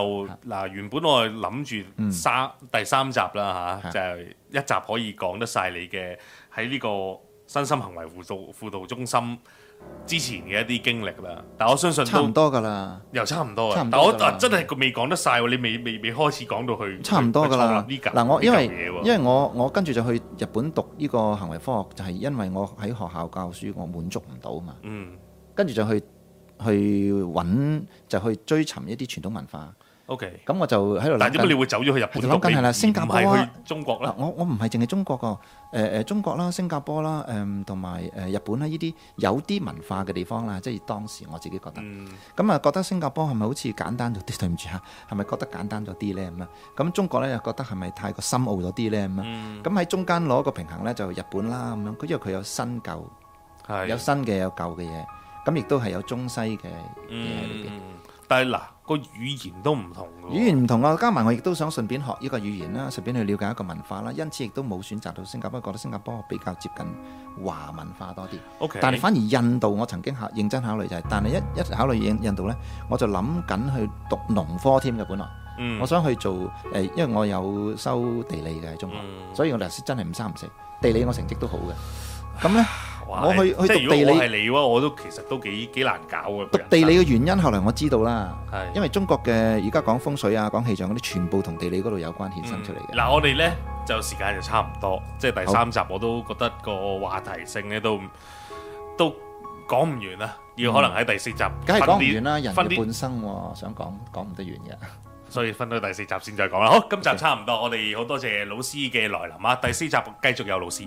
[SPEAKER 1] 嗱，原本我係諗住三第三集啦吓，
[SPEAKER 2] 嗯係
[SPEAKER 1] 就係一集可以講得晒你嘅喺呢個身心行為輔導輔導中心之前嘅一啲經歷啦。但我相信
[SPEAKER 2] 差
[SPEAKER 1] 都
[SPEAKER 2] 唔多㗎啦。
[SPEAKER 1] 又差唔多
[SPEAKER 2] 差
[SPEAKER 1] 嘅
[SPEAKER 2] 唔，
[SPEAKER 1] 但
[SPEAKER 2] 多
[SPEAKER 1] 我
[SPEAKER 2] 㗎啦
[SPEAKER 1] 啊真係未講得晒喎，你未未未開始講到去
[SPEAKER 2] 差唔多噶啦。
[SPEAKER 1] 去創立呢嚿
[SPEAKER 2] 嗱，我因為
[SPEAKER 1] 呢嚿嘢喎
[SPEAKER 2] 因為我我跟住就去日本讀呢個行為科學，就係、因為我喺學校教書，我滿足唔到嘛。
[SPEAKER 1] 嗯
[SPEAKER 2] 跟住就去去揾，就去追尋一啲傳統文化。
[SPEAKER 1] OK，
[SPEAKER 2] 咁我就喺度
[SPEAKER 1] 但係
[SPEAKER 2] 諗
[SPEAKER 1] 點解你
[SPEAKER 2] 緊。
[SPEAKER 1] 會走咗去日本
[SPEAKER 2] 係諗緊
[SPEAKER 1] 讀？你
[SPEAKER 2] 係啦
[SPEAKER 1] 唔
[SPEAKER 2] 新加坡啊
[SPEAKER 1] 係去中國
[SPEAKER 2] 嗱
[SPEAKER 1] 啦，，
[SPEAKER 2] 我我唔係淨係中國個，誒、誒中國啦、新加坡啦、誒同埋誒日本啦，呢啲有啲文化嘅地方啦，即係當時我自己覺得。
[SPEAKER 1] 嗯。
[SPEAKER 2] 咁啊，覺得新加坡係咪好似簡單咗啲？對唔住嚇，啊係咪覺得簡單咗啲呢？咁啊，咁中國呢，又覺得係咪太過深奧咗啲呢？咁啊，
[SPEAKER 1] 嗯
[SPEAKER 2] 咁喺中間攞個平衡呢，就日本啦咁樣，佢因為佢有新舊，
[SPEAKER 1] 係
[SPEAKER 2] 有新嘅有舊嘅嘢，咁亦都係有中西嘅嘢喺裏邊。
[SPEAKER 1] 嗯，但係嗱個語言都唔同嘅喎，
[SPEAKER 2] 語言唔同啊，加埋我亦都想順便學呢個語言啦，順便去了解一個文化啦，因此亦都冇選擇到新加坡，覺得新加坡比較接近華文化多啲。
[SPEAKER 1] OK，
[SPEAKER 2] 但係反而印度，我曾經考認真考慮就係、但係一一考慮印印度呢，我就諗緊去讀農科添嘅本來。
[SPEAKER 1] 嗯
[SPEAKER 2] 我想去做誒、呃因為我有修地理嘅喺中學，
[SPEAKER 1] 嗯
[SPEAKER 2] 所以我嗱真係唔三唔四。地理我成績都好嘅，咁咧，
[SPEAKER 1] 哇
[SPEAKER 2] 我
[SPEAKER 1] 即
[SPEAKER 2] 去去
[SPEAKER 1] 係
[SPEAKER 2] 讀
[SPEAKER 1] 如果
[SPEAKER 2] 地
[SPEAKER 1] 我
[SPEAKER 2] 理
[SPEAKER 1] 係你嘅話，我都其實都幾幾難搞嘅。
[SPEAKER 2] 讀地理嘅原因，後來我知道啦。
[SPEAKER 1] 係
[SPEAKER 2] 因為中國嘅而家講風水啊、講氣象嗰啲，全部同地理嗰度有關衍生出嚟
[SPEAKER 1] 嗯
[SPEAKER 2] 嘅。
[SPEAKER 1] 嗱、我哋呢就時間就差唔多，即係第三集我都覺得個話題性呢都都講唔完啦，要可能喺第四集
[SPEAKER 2] 嗯梗係
[SPEAKER 1] 分
[SPEAKER 2] 講唔
[SPEAKER 1] 啲
[SPEAKER 2] 完啦，人
[SPEAKER 1] 分
[SPEAKER 2] 嘅
[SPEAKER 1] 啲，
[SPEAKER 2] 半生喎，想講講唔得完嘅。
[SPEAKER 1] 所以分到第四集先再講啦。好，今集差唔多，我哋好多謝老師嘅來臨啊！第四集繼續有老師，